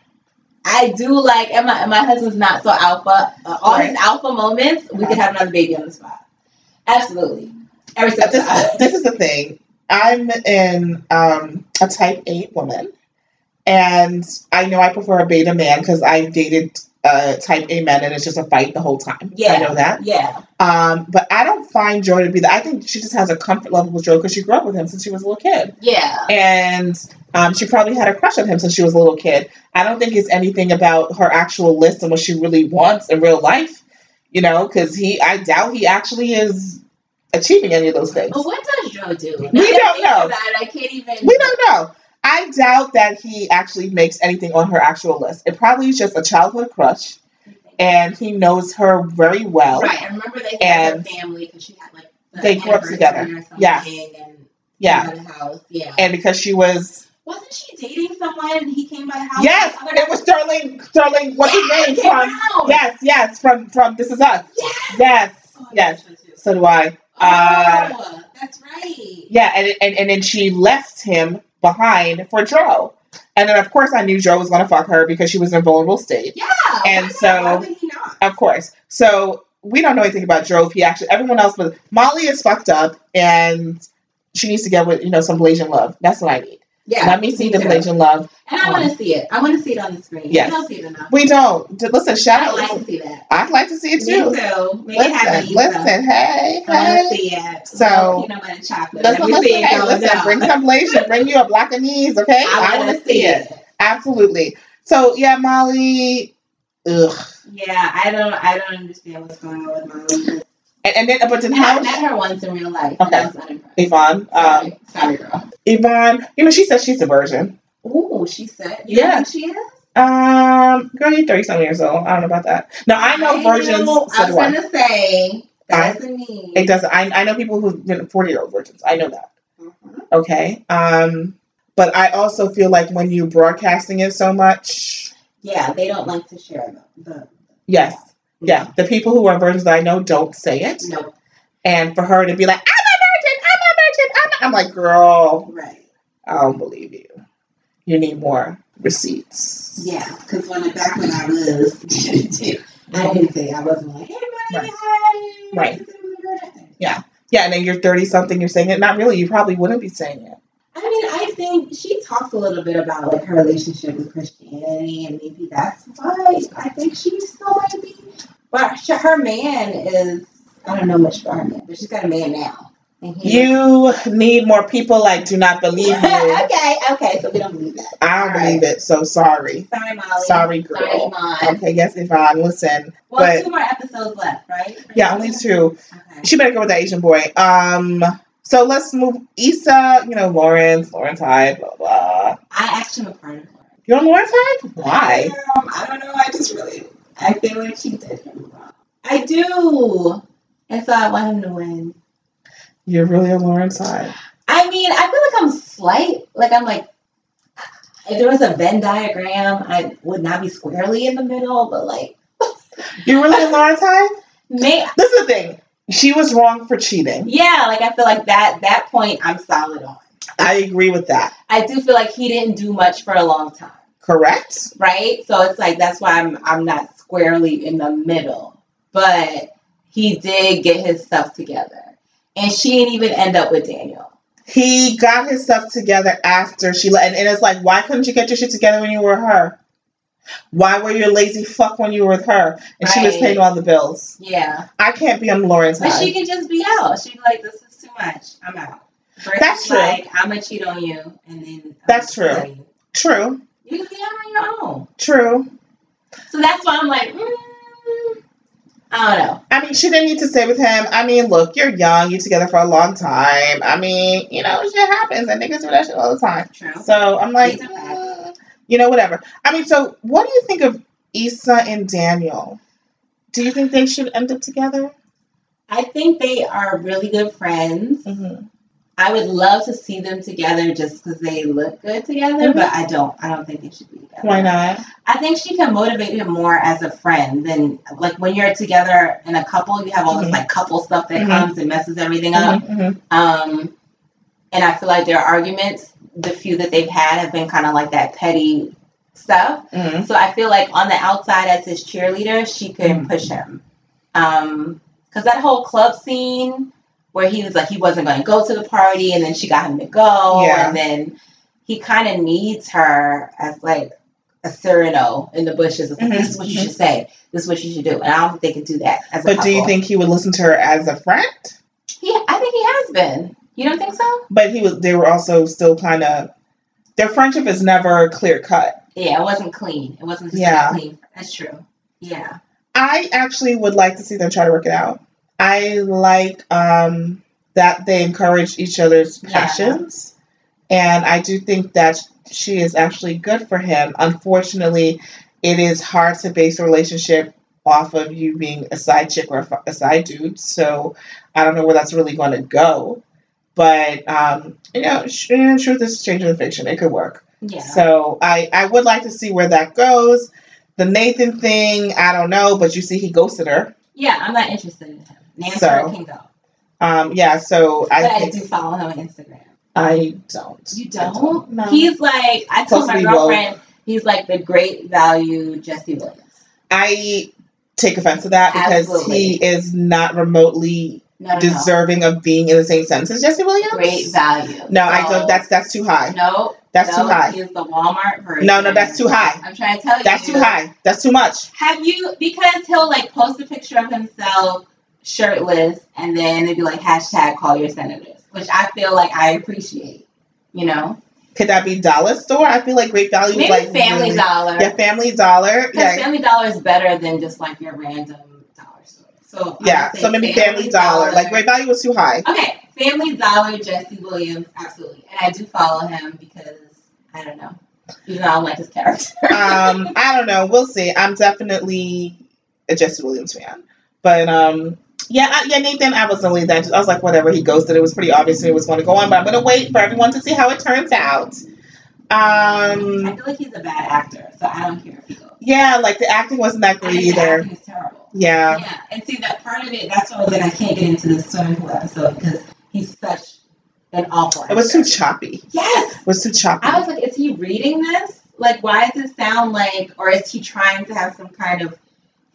[SPEAKER 2] I do like, and my and my husband's not so alpha. Uh, all his alpha moments, we could have another baby on the spot. Absolutely, every
[SPEAKER 1] But
[SPEAKER 2] single time.
[SPEAKER 1] This, this is the thing. I'm in um, a type A woman, and I know I prefer a beta man because I've dated uh, type A men, and it's just a fight the whole time. I
[SPEAKER 2] Yeah.
[SPEAKER 1] know that.
[SPEAKER 2] Yeah,
[SPEAKER 1] Um, but I don't find Joe to be that. I think she just has a comfort level with Joe because she grew up with him since she was a little kid.
[SPEAKER 2] yeah.
[SPEAKER 1] and um, she probably had a crush on him since she was a little kid. I don't think it's anything about her actual list and what she really wants in real life, you know, because he, I doubt he actually is achieving any of those things.
[SPEAKER 2] But what does Joe do?
[SPEAKER 1] We
[SPEAKER 2] Now that
[SPEAKER 1] don't
[SPEAKER 2] I think
[SPEAKER 1] know.
[SPEAKER 2] about it, I can't even.
[SPEAKER 1] We don't know. I doubt that he actually makes anything on her actual list. It probably is just a childhood crush, and he knows her very well.
[SPEAKER 2] Right. I remember they had
[SPEAKER 1] And-
[SPEAKER 2] her family because she had like. The
[SPEAKER 1] They grew up
[SPEAKER 2] anniversary
[SPEAKER 1] together.
[SPEAKER 2] or something
[SPEAKER 1] Yes.
[SPEAKER 2] And
[SPEAKER 1] Yeah.
[SPEAKER 2] by The house. Yeah.
[SPEAKER 1] And because she was,
[SPEAKER 2] Wasn't she dating someone and he came by the house?
[SPEAKER 1] yes,
[SPEAKER 2] Other-
[SPEAKER 1] it was Sterling, Sterling, what's his
[SPEAKER 2] Yes,
[SPEAKER 1] name
[SPEAKER 2] he came
[SPEAKER 1] from?
[SPEAKER 2] around.
[SPEAKER 1] Yes, yes, from from This Is Us.
[SPEAKER 2] Yes.
[SPEAKER 1] Yes,
[SPEAKER 2] Oh, I
[SPEAKER 1] yes.
[SPEAKER 2] guess so, too.
[SPEAKER 1] So do I. Uh,
[SPEAKER 2] Oh, that's right.
[SPEAKER 1] Yeah, and, and and then she left him behind for Joe. And then of course I knew Joe was gonna fuck her because she was in a vulnerable state.
[SPEAKER 2] Yeah.
[SPEAKER 1] And
[SPEAKER 2] why not?
[SPEAKER 1] so-
[SPEAKER 2] Why would he not?
[SPEAKER 1] Of course. So we don't know anything about Joe if he actually everyone else but Molly is fucked up and she needs to get with, you know, some Blasian love. That's what I need.
[SPEAKER 2] Yeah.
[SPEAKER 1] Let me see the
[SPEAKER 2] too.
[SPEAKER 1] Blasian love.
[SPEAKER 2] And I want to see it. I want to see it on the screen.
[SPEAKER 1] Yes.
[SPEAKER 2] I don't see it enough.
[SPEAKER 1] We don't. D- Listen, shout
[SPEAKER 2] I
[SPEAKER 1] out.
[SPEAKER 2] would like to see that.
[SPEAKER 1] I'd like to see it
[SPEAKER 2] Me
[SPEAKER 1] too.
[SPEAKER 2] too. Make it happen.
[SPEAKER 1] Listen, listen, hey, hey. So-
[SPEAKER 2] So peanut butter
[SPEAKER 1] Listen,
[SPEAKER 2] chocolate. Let me
[SPEAKER 1] listen,
[SPEAKER 2] see it
[SPEAKER 1] hey,
[SPEAKER 2] go
[SPEAKER 1] listen,
[SPEAKER 2] down.
[SPEAKER 1] bring some Blasian, bring you a block of knees, okay? I,
[SPEAKER 2] wanna
[SPEAKER 1] want to see it. Absolutely. So yeah, Molly. Ugh.
[SPEAKER 2] Yeah, I don't. I don't understand what's going on with Molly.
[SPEAKER 1] And, and then, but then
[SPEAKER 2] And I
[SPEAKER 1] how?
[SPEAKER 2] met her once in real life. And
[SPEAKER 1] Okay.
[SPEAKER 2] I was unimpressed.
[SPEAKER 1] Yvonne. Um,
[SPEAKER 2] Sorry. Sorry, girl.
[SPEAKER 1] Yvonne. You know, she says she's a virgin.
[SPEAKER 2] Ooh, she said. You
[SPEAKER 1] Yeah.
[SPEAKER 2] Know who she is.
[SPEAKER 1] Um, girl, you're thirty something years old. I don't know about that. Now I know virgins.
[SPEAKER 2] know-
[SPEAKER 1] so
[SPEAKER 2] I was
[SPEAKER 1] do I.
[SPEAKER 2] gonna say that doesn't mean.
[SPEAKER 1] It doesn't. I, I know people who've been forty year old virgins. I know that.
[SPEAKER 2] Mhm.
[SPEAKER 1] Okay. Um, but I also feel like when you're broadcasting it so much,
[SPEAKER 2] Yeah, they don't like to share the. the
[SPEAKER 1] yes, yeah, the people who are virgins that I know don't say it,
[SPEAKER 2] No.
[SPEAKER 1] and for her to be like, I'm a virgin, I'm a virgin, I'm, a-" I'm like, girl,
[SPEAKER 2] Right.
[SPEAKER 1] I don't believe you. You need more receipts.
[SPEAKER 2] Yeah, because when I back when I was, I didn't say I wasn't like, hey, buddy, hi.
[SPEAKER 1] Right. Yeah, and then you're 30 something, you're saying it. Not really, you probably wouldn't be saying it.
[SPEAKER 2] I mean, I think she talks a little bit about like her relationship with Christianity, and maybe that's why I think she still might be. But sh- her man is, I don't know much about her man, but she's got a man now. And he-
[SPEAKER 1] You need more people like do not believe you.
[SPEAKER 2] okay, okay, so we don't believe that.
[SPEAKER 1] I don't believe it, so sorry.
[SPEAKER 2] Sorry, Molly.
[SPEAKER 1] Sorry, girl.
[SPEAKER 2] Sorry, Mon.
[SPEAKER 1] Okay, yes, Yvonne, listen.
[SPEAKER 2] well,
[SPEAKER 1] but-
[SPEAKER 2] two more episodes left, right?
[SPEAKER 1] Yeah, only two.
[SPEAKER 2] Okay.
[SPEAKER 1] She better go with that Asian boy. Um, so let's move Issa, you know, Lawrence, Lawrence Hyde, blah blah.
[SPEAKER 2] I actually am a part of her.
[SPEAKER 1] You're on Lawrence Hyde? Why?
[SPEAKER 2] Um, I don't know. I just really, I feel like she did him wrong. I do, uh, and so I want him to win.
[SPEAKER 1] You're really on Lawrence Hyde.
[SPEAKER 2] I mean, I feel like I'm slight. Like I'm like, if there was a Venn diagram, I would not be squarely in the middle. But like,
[SPEAKER 1] You're really on Lawrence Hyde?
[SPEAKER 2] may
[SPEAKER 1] This is the thing. She was wrong for cheating.
[SPEAKER 2] yeah, like I feel like that that point I'm solid on.
[SPEAKER 1] I agree with that.
[SPEAKER 2] I do feel like he didn't do much for a long time.
[SPEAKER 1] Correct.
[SPEAKER 2] right? So it's like that's why I'm I'm not squarely in the middle. But he did get his stuff together. And she didn't even end up with Daniel.
[SPEAKER 1] He got his stuff together after she left. And, and it's like, why couldn't you get your shit together when you were with her? Why were you a lazy fuck when you were with her? And she was
[SPEAKER 2] Right.
[SPEAKER 1] paying all the bills.
[SPEAKER 2] Yeah.
[SPEAKER 1] I can't be on Lauren's
[SPEAKER 2] But
[SPEAKER 1] side.
[SPEAKER 2] she can just be out. She'd be like, This is too much. I'm out. Versus
[SPEAKER 1] That's true.
[SPEAKER 2] like, I'm gonna cheat on you and then I'ma
[SPEAKER 1] That's true.
[SPEAKER 2] kill You.
[SPEAKER 1] true.
[SPEAKER 2] You can be out on your own.
[SPEAKER 1] True.
[SPEAKER 2] So that's why I'm like, mm, I don't know.
[SPEAKER 1] I mean, she didn't need to stay with him. I mean, look, you're young. You're together for a long time. I mean, you know, shit happens and niggas do that shit all the time.
[SPEAKER 2] True.
[SPEAKER 1] So I'm like,
[SPEAKER 2] These are
[SPEAKER 1] mm, you know, whatever. I mean, so what do you think of Issa and Daniel? Do you think they should end up together?
[SPEAKER 2] I think they are really good friends.
[SPEAKER 1] Mm-hmm.
[SPEAKER 2] I would love to see them together just because they look good together, but I don't. I don't think they should be together.
[SPEAKER 1] Mm-hmm. Why not?
[SPEAKER 2] I think she can motivate him more as a friend than like when you're together in a couple. You have all
[SPEAKER 1] Mhm.
[SPEAKER 2] this like couple stuff that
[SPEAKER 1] Mhm.
[SPEAKER 2] comes and messes everything up.
[SPEAKER 1] Mhm, mhm.
[SPEAKER 2] Um, and I feel like their arguments, the few that they've had, have been kind of like that petty stuff.
[SPEAKER 1] Mm.
[SPEAKER 2] So I feel like on the outside, as his cheerleader, she could
[SPEAKER 1] Mhm.
[SPEAKER 2] push him. Um, because that whole club scene where he was like he wasn't going to go to the party, and then she got him to go,
[SPEAKER 1] Yeah.
[SPEAKER 2] and then he kind of needs her as like a Cyrano in the bushes. It's like,
[SPEAKER 1] Mhm,
[SPEAKER 2] This is what you should say. This is what you should do. And I don't think they can do that as a
[SPEAKER 1] But do you
[SPEAKER 2] couple.
[SPEAKER 1] think he would listen to her as a friend?
[SPEAKER 2] He, I think he has been. You don't think so?
[SPEAKER 1] But he was. They were also still kind of. Their friendship is never clear cut.
[SPEAKER 2] Yeah, it wasn't clean. It wasn't just
[SPEAKER 1] Yeah.
[SPEAKER 2] clean. That's true. Yeah.
[SPEAKER 1] I actually would like to see them try to work it out. I like um, that they encourage each other's
[SPEAKER 2] Yeah.
[SPEAKER 1] passions, and I do think that she is actually good for him. Unfortunately, it is hard to base a relationship off of you being a side chick or a fu- a side dude. So I don't know where that's really going to go. But um, you know, sh- eh, truth is stranger than fiction. It could work.
[SPEAKER 2] Yeah.
[SPEAKER 1] So I, I would like to see where that goes. The Nathan thing, I don't know, but you see he ghosted her.
[SPEAKER 2] yeah, I'm not interested in him. Nancy
[SPEAKER 1] So,
[SPEAKER 2] can go.
[SPEAKER 1] Um, yeah, so I
[SPEAKER 2] But I,
[SPEAKER 1] think
[SPEAKER 2] do follow him on Instagram.
[SPEAKER 1] I don't.
[SPEAKER 2] You
[SPEAKER 1] I
[SPEAKER 2] don't?
[SPEAKER 1] No.
[SPEAKER 2] He's like, I told
[SPEAKER 1] Supposed to
[SPEAKER 2] my
[SPEAKER 1] be woke.
[SPEAKER 2] girlfriend, he's like the great value Jesse Williams.
[SPEAKER 1] I take offense to that because he
[SPEAKER 2] Absolutely.
[SPEAKER 1] is not remotely
[SPEAKER 2] No, no,
[SPEAKER 1] deserving of being in the same sentence as Jesse
[SPEAKER 2] no.
[SPEAKER 1] Williams.
[SPEAKER 2] Great value.
[SPEAKER 1] No, I
[SPEAKER 2] So,
[SPEAKER 1] don't that's that's too high.
[SPEAKER 2] No,
[SPEAKER 1] That's
[SPEAKER 2] no,
[SPEAKER 1] too high.
[SPEAKER 2] He is the Walmart version.
[SPEAKER 1] No, no, that's too high.
[SPEAKER 2] I'm trying to tell you.
[SPEAKER 1] That's too high. That's too much.
[SPEAKER 2] Have you, because he'll like post a picture of himself shirtless and then it'd be like hashtag call your senators, which I feel like I appreciate, you know?
[SPEAKER 1] Could that be Dollar Store? I feel like Great Value
[SPEAKER 2] Maybe
[SPEAKER 1] is like
[SPEAKER 2] Family
[SPEAKER 1] really-
[SPEAKER 2] Dollar.
[SPEAKER 1] Yeah, Family Dollar.
[SPEAKER 2] Because
[SPEAKER 1] Yeah,
[SPEAKER 2] Family Dollar is better than just like your random dollar store. So I
[SPEAKER 1] yeah.
[SPEAKER 2] would say
[SPEAKER 1] So maybe Family Dollar. Like Great Value was too high.
[SPEAKER 2] Okay, Family Dollar, Jesse Williams, absolutely, and I do follow him because I don't know, even though I don't like his character.
[SPEAKER 1] um, I don't know. We'll see. I'm definitely a Jesse Williams fan, but um, yeah, I, yeah. Nathan, I was only that. I was like, whatever. He ghosted. It was pretty obvious it was going to go on, but I'm going to wait for everyone to see how it turns out.
[SPEAKER 2] I
[SPEAKER 1] Um,
[SPEAKER 2] feel like he's a bad actor, so I don't care if he goes.
[SPEAKER 1] yeah, like the acting wasn't that
[SPEAKER 2] I
[SPEAKER 1] great
[SPEAKER 2] think the
[SPEAKER 1] either.
[SPEAKER 2] acting is terrible.
[SPEAKER 1] Yeah,
[SPEAKER 2] Yeah, and see that part of it. That's why I was like, I can't get into this swimming pool episode because he's such an awful.
[SPEAKER 1] it was too
[SPEAKER 2] actor.
[SPEAKER 1] choppy.
[SPEAKER 2] Yes.
[SPEAKER 1] It was too choppy.
[SPEAKER 2] I was like, is he reading this? Like, why does it sound like, or is he trying to have some kind of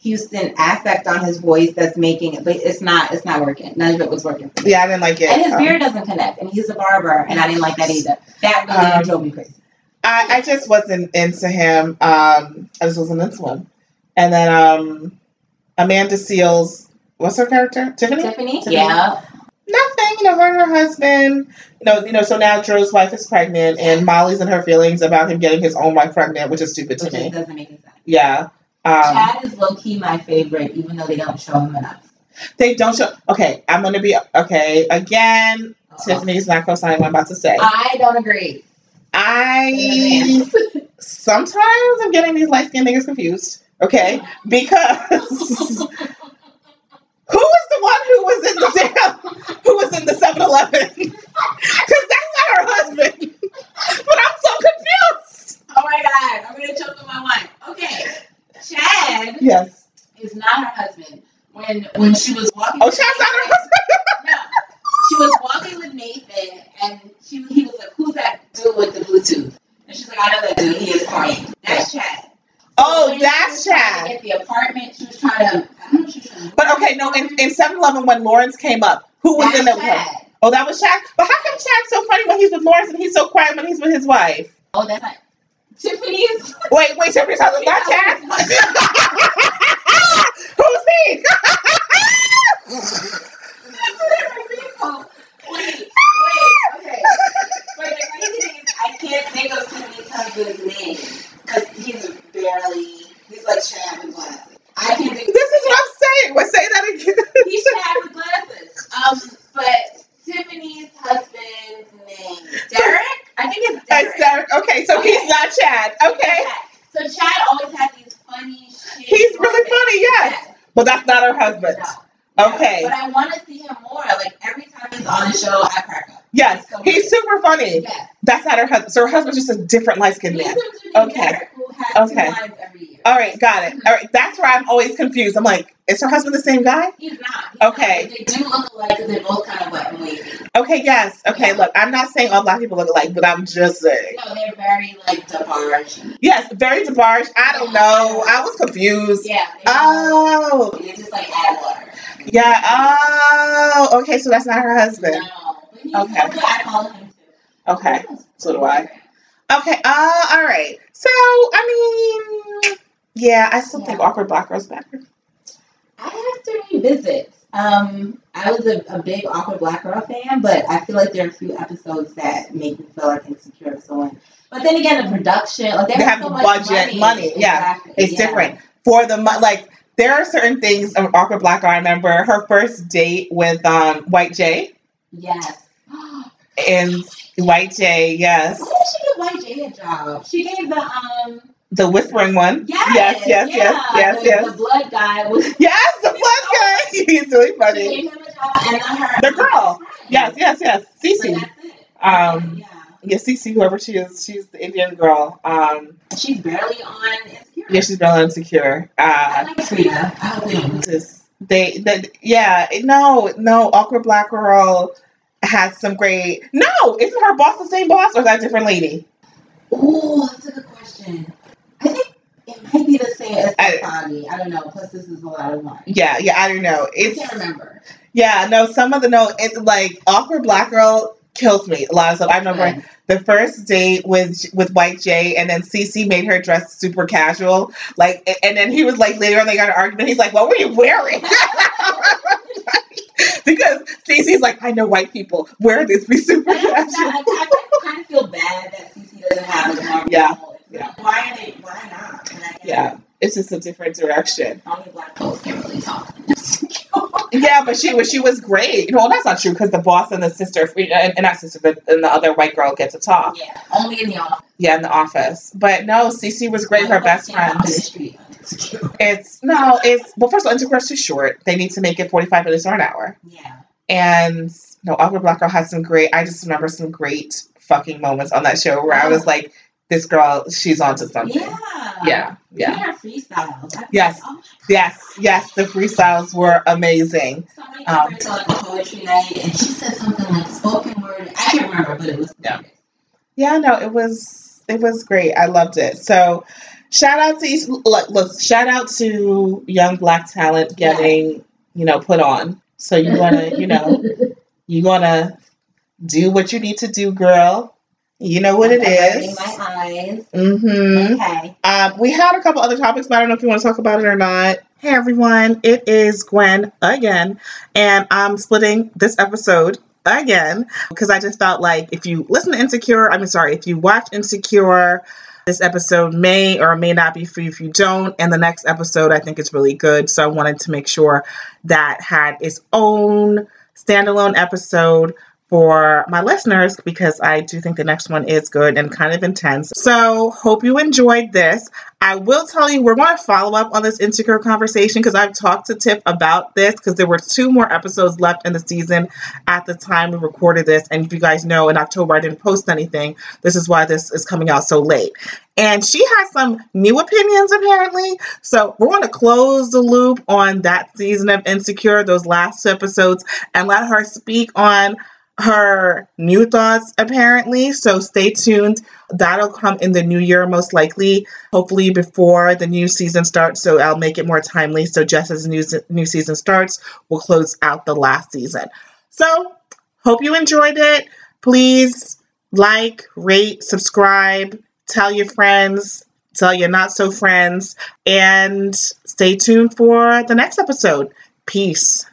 [SPEAKER 2] Houston affect on his voice that's making it? But it's not. It's not working. None of it was working. for me.
[SPEAKER 1] yeah, I didn't like it.
[SPEAKER 2] And his
[SPEAKER 1] Um,
[SPEAKER 2] beard doesn't connect, and he's a barber, and I didn't like that either. That really
[SPEAKER 1] Um,
[SPEAKER 2] drove me crazy.
[SPEAKER 1] I, I just wasn't into him. Um, I just wasn't into him. And then um, Amanda Seals, what's her character? Tiffany.
[SPEAKER 2] Tiffany,
[SPEAKER 1] Tiffany?
[SPEAKER 2] yeah,
[SPEAKER 1] nothing. You know, her and her husband. You know, you know. So now Joe's wife is pregnant, and Molly's in her feelings about him getting his own wife pregnant, which is stupid to
[SPEAKER 2] which
[SPEAKER 1] me.
[SPEAKER 2] just doesn't make any sense.
[SPEAKER 1] Yeah. Um,
[SPEAKER 2] Chad is low key my favorite, even though they don't show him enough.
[SPEAKER 1] they don't show. Okay, I'm gonna be okay again. Tiffany's not co-signing what I'm about to say.
[SPEAKER 2] I don't agree.
[SPEAKER 1] I sometimes I'm getting these light skinned niggas confused. Okay, because. Who was the one who was in the damn, who was in the 7-Eleven? Because that's not her husband. But I'm so confused.
[SPEAKER 2] Oh my god, I'm gonna choke on my wine. Okay, Chad
[SPEAKER 1] Yes.
[SPEAKER 2] is not her husband. When when she was walking,
[SPEAKER 1] Oh,
[SPEAKER 2] with
[SPEAKER 1] Chad's not her
[SPEAKER 2] Nathan- No, she was walking with Nathan, and she he was like, "Who's that dude with the Bluetooth?" And she's like, "I know that dude. He is corny." That's
[SPEAKER 1] Oh, That's
[SPEAKER 2] trying
[SPEAKER 1] Chad.
[SPEAKER 2] to get the apartment. She was trying to. I don't know. What she was trying to
[SPEAKER 1] But okay, no, in, in 7-Eleven when Lawrence came up, who was in there with her?
[SPEAKER 2] Chad.
[SPEAKER 1] Oh, that was Shaq. But how come Shaq's so funny when he's with Lawrence and he's so quiet when he's with his wife?
[SPEAKER 2] Oh, that's not. Tiffany's.
[SPEAKER 1] Wait, wait, Tiffany tells us not Shaq. Who's he?
[SPEAKER 2] Wait, wait, okay. But the crazy thing is, I can't think of Tiffany's husband's name because he's barely. He's like Chad with glasses. I can't think.
[SPEAKER 1] This is what I'm saying. Well, say that again.
[SPEAKER 2] He's Chad with glasses. Um, but Tiffany's husband's name Derek. I think it's Derek.
[SPEAKER 1] That's Derek. Okay, so he's not Chad. Okay.
[SPEAKER 2] So Chad always had these funny shit.
[SPEAKER 1] He's really funny, yes. But that's not her husband. Okay.
[SPEAKER 2] But I want to see him more. Like every time he's on the show, I crack up.
[SPEAKER 1] Yes, he's super funny.
[SPEAKER 2] Yes.
[SPEAKER 1] That's not her husband. So her husband's just a different light skinned
[SPEAKER 2] He's
[SPEAKER 1] man.
[SPEAKER 2] with Jimmy
[SPEAKER 1] Okay.
[SPEAKER 2] Carter, who has
[SPEAKER 1] Okay.
[SPEAKER 2] two lines every year.
[SPEAKER 1] All right, got it. All right, that's where I'm always confused. I'm like, is her husband the same guy?
[SPEAKER 2] He's not. He's not,
[SPEAKER 1] Okay.
[SPEAKER 2] but they do look alike because they're both kind of wet and wavy.
[SPEAKER 1] Okay, yes. Okay, look, I'm not saying all black people look alike, but I'm just saying.
[SPEAKER 2] No, they're very like debarge.
[SPEAKER 1] Yes, very debarge. I don't know. I was confused.
[SPEAKER 2] Yeah. They
[SPEAKER 1] Oh,
[SPEAKER 2] They just like add water.
[SPEAKER 1] yeah. Oh, okay. So that's not her husband.
[SPEAKER 2] No. But he's
[SPEAKER 1] Okay.
[SPEAKER 2] okay. I follow him too.
[SPEAKER 1] Okay. So do I. Okay. Uh, all right. So, I mean, yeah, I still think
[SPEAKER 2] Yeah.
[SPEAKER 1] awkward black girls matter.
[SPEAKER 2] I have to revisit. Um, I was a, a big Awkward Black Girl fan, but I feel like there are a few episodes that make me feel like insecure of someone. But then again, the production, like they,
[SPEAKER 1] They
[SPEAKER 2] have
[SPEAKER 1] have
[SPEAKER 2] so
[SPEAKER 1] the
[SPEAKER 2] much
[SPEAKER 1] budget,
[SPEAKER 2] money.
[SPEAKER 1] money, yeah.
[SPEAKER 2] Exactly,
[SPEAKER 1] It's
[SPEAKER 2] yeah.
[SPEAKER 1] different for the mo- like. There are certain things of awkward black girl. I remember her first date with um White J
[SPEAKER 2] Yes.
[SPEAKER 1] and White J. Yes,
[SPEAKER 2] Why did she give YJ a job? She gave the um.
[SPEAKER 1] the whispering one.
[SPEAKER 2] Yes.
[SPEAKER 1] yes, yes,
[SPEAKER 2] yeah,
[SPEAKER 1] yes,
[SPEAKER 2] the,
[SPEAKER 1] yes.
[SPEAKER 2] The blood guy was.
[SPEAKER 1] Yes, the blood guy. He's really
[SPEAKER 2] She
[SPEAKER 1] funny.
[SPEAKER 2] gave him a job, and then her.
[SPEAKER 1] The girl. Yes, yes, yes.
[SPEAKER 2] But
[SPEAKER 1] Cece.
[SPEAKER 2] that's it.
[SPEAKER 1] Um,
[SPEAKER 2] yeah.
[SPEAKER 1] Yeah, Cece, whoever she is, she's the Indian girl. Um,
[SPEAKER 2] She's barely on Insecure.
[SPEAKER 1] yeah, she's real insecure.
[SPEAKER 2] I
[SPEAKER 1] Uh,
[SPEAKER 2] like Frida. I hope they don't lose
[SPEAKER 1] just they that yeah no no awkward black girl has some great no isn't her boss the same boss or is that a different lady
[SPEAKER 2] Oh, Ooh, that's a good question. I think it might be the same as
[SPEAKER 1] I-
[SPEAKER 2] Tommy. I don't know. Plus, this is a lot of wine.
[SPEAKER 1] yeah yeah I don't know
[SPEAKER 2] I
[SPEAKER 1] it's
[SPEAKER 2] can't remember.
[SPEAKER 1] yeah no some of the no it's like awkward black girl kills me a lot of stuff I remember
[SPEAKER 2] But
[SPEAKER 1] the first date with with White Jay, and then Cece made her dress super casual. Like, a- and then he was like, later on they got in an argument. He's like, "What were you wearing?" because Cece's like, "I know white people wear this, be super
[SPEAKER 2] I,
[SPEAKER 1] casual."
[SPEAKER 2] don't know, I, I, I kind of feel bad that CC doesn't have a normal.
[SPEAKER 1] Yeah.
[SPEAKER 2] role. It's like, Why are they? Why not? And I guess
[SPEAKER 1] Yeah, it's just a different direction.
[SPEAKER 2] Only black folks can really talk.
[SPEAKER 1] Yeah, but she was she was great. Well, that's not true because the boss and the sister, uh, and, and not sister, but and the other white girl get to talk.
[SPEAKER 2] yeah. Only in the office.
[SPEAKER 1] Yeah, in the office. But no, Cece was great. Her
[SPEAKER 2] Black
[SPEAKER 1] best
[SPEAKER 2] folks
[SPEAKER 1] friend.
[SPEAKER 2] can't talk in the street on Insecure.
[SPEAKER 1] It's no, it's well. First of all, Insecure is too short. They need to make it forty-five minutes or an hour.
[SPEAKER 2] Yeah.
[SPEAKER 1] And no, Awkward Black Girl had some great. I just remember some great fucking moments on that show where I was like, "This girl, she's onto something."
[SPEAKER 2] Yeah.
[SPEAKER 1] yeah, yeah.
[SPEAKER 2] Even our freestyles. I-
[SPEAKER 1] Yes.
[SPEAKER 2] Oh my
[SPEAKER 1] yes, yes. The freestyles were amazing.
[SPEAKER 2] Somebody
[SPEAKER 1] Um,
[SPEAKER 2] took her to like a poetry night, and she said something like spoken word. I can't remember, but it was
[SPEAKER 1] Yeah. Yeah, no, it was it was great. I loved it. So, shout out to East, look, look, shout out to young black talent
[SPEAKER 2] Yeah.
[SPEAKER 1] getting you know put on. So you wanna you know you wanna do what you need to do, girl. You know what it
[SPEAKER 2] Averting
[SPEAKER 1] is.
[SPEAKER 2] My eyes.
[SPEAKER 1] Mm-hmm.
[SPEAKER 2] Okay.
[SPEAKER 1] Um, we had a couple other topics, but I don't know if you want to talk about it or not. Hey everyone, it is Gwen again, and I'm splitting this episode again because I just felt like if you listen to Insecure, I'm sorry, if you watch Insecure, this episode may or may not be for you if you don't, and the next episode I think is really good. So I wanted to make sure that had its own standalone episode for my listeners because I do think the next one is good and kind of intense. So, hope you enjoyed this. I will tell you, we're going to follow up on this insecure conversation because I've talked to Tiff about this because there were two more episodes left in the season at the time we recorded this. And if you guys know, in October, I didn't post anything. This is why this is coming out so late. And she has some new opinions apparently. So, we're going to close the loop on that season of Insecure, those last two episodes, and let her speak on her new thoughts apparently. So stay tuned. That'll come in the new year, most likely. Hopefully before the new season starts. So I'll make it more timely. So just as new new season starts, we'll close out the last season. So hope you enjoyed it. Please like, rate, subscribe, tell your friends, tell your not so friends, and stay tuned for the next episode. Peace.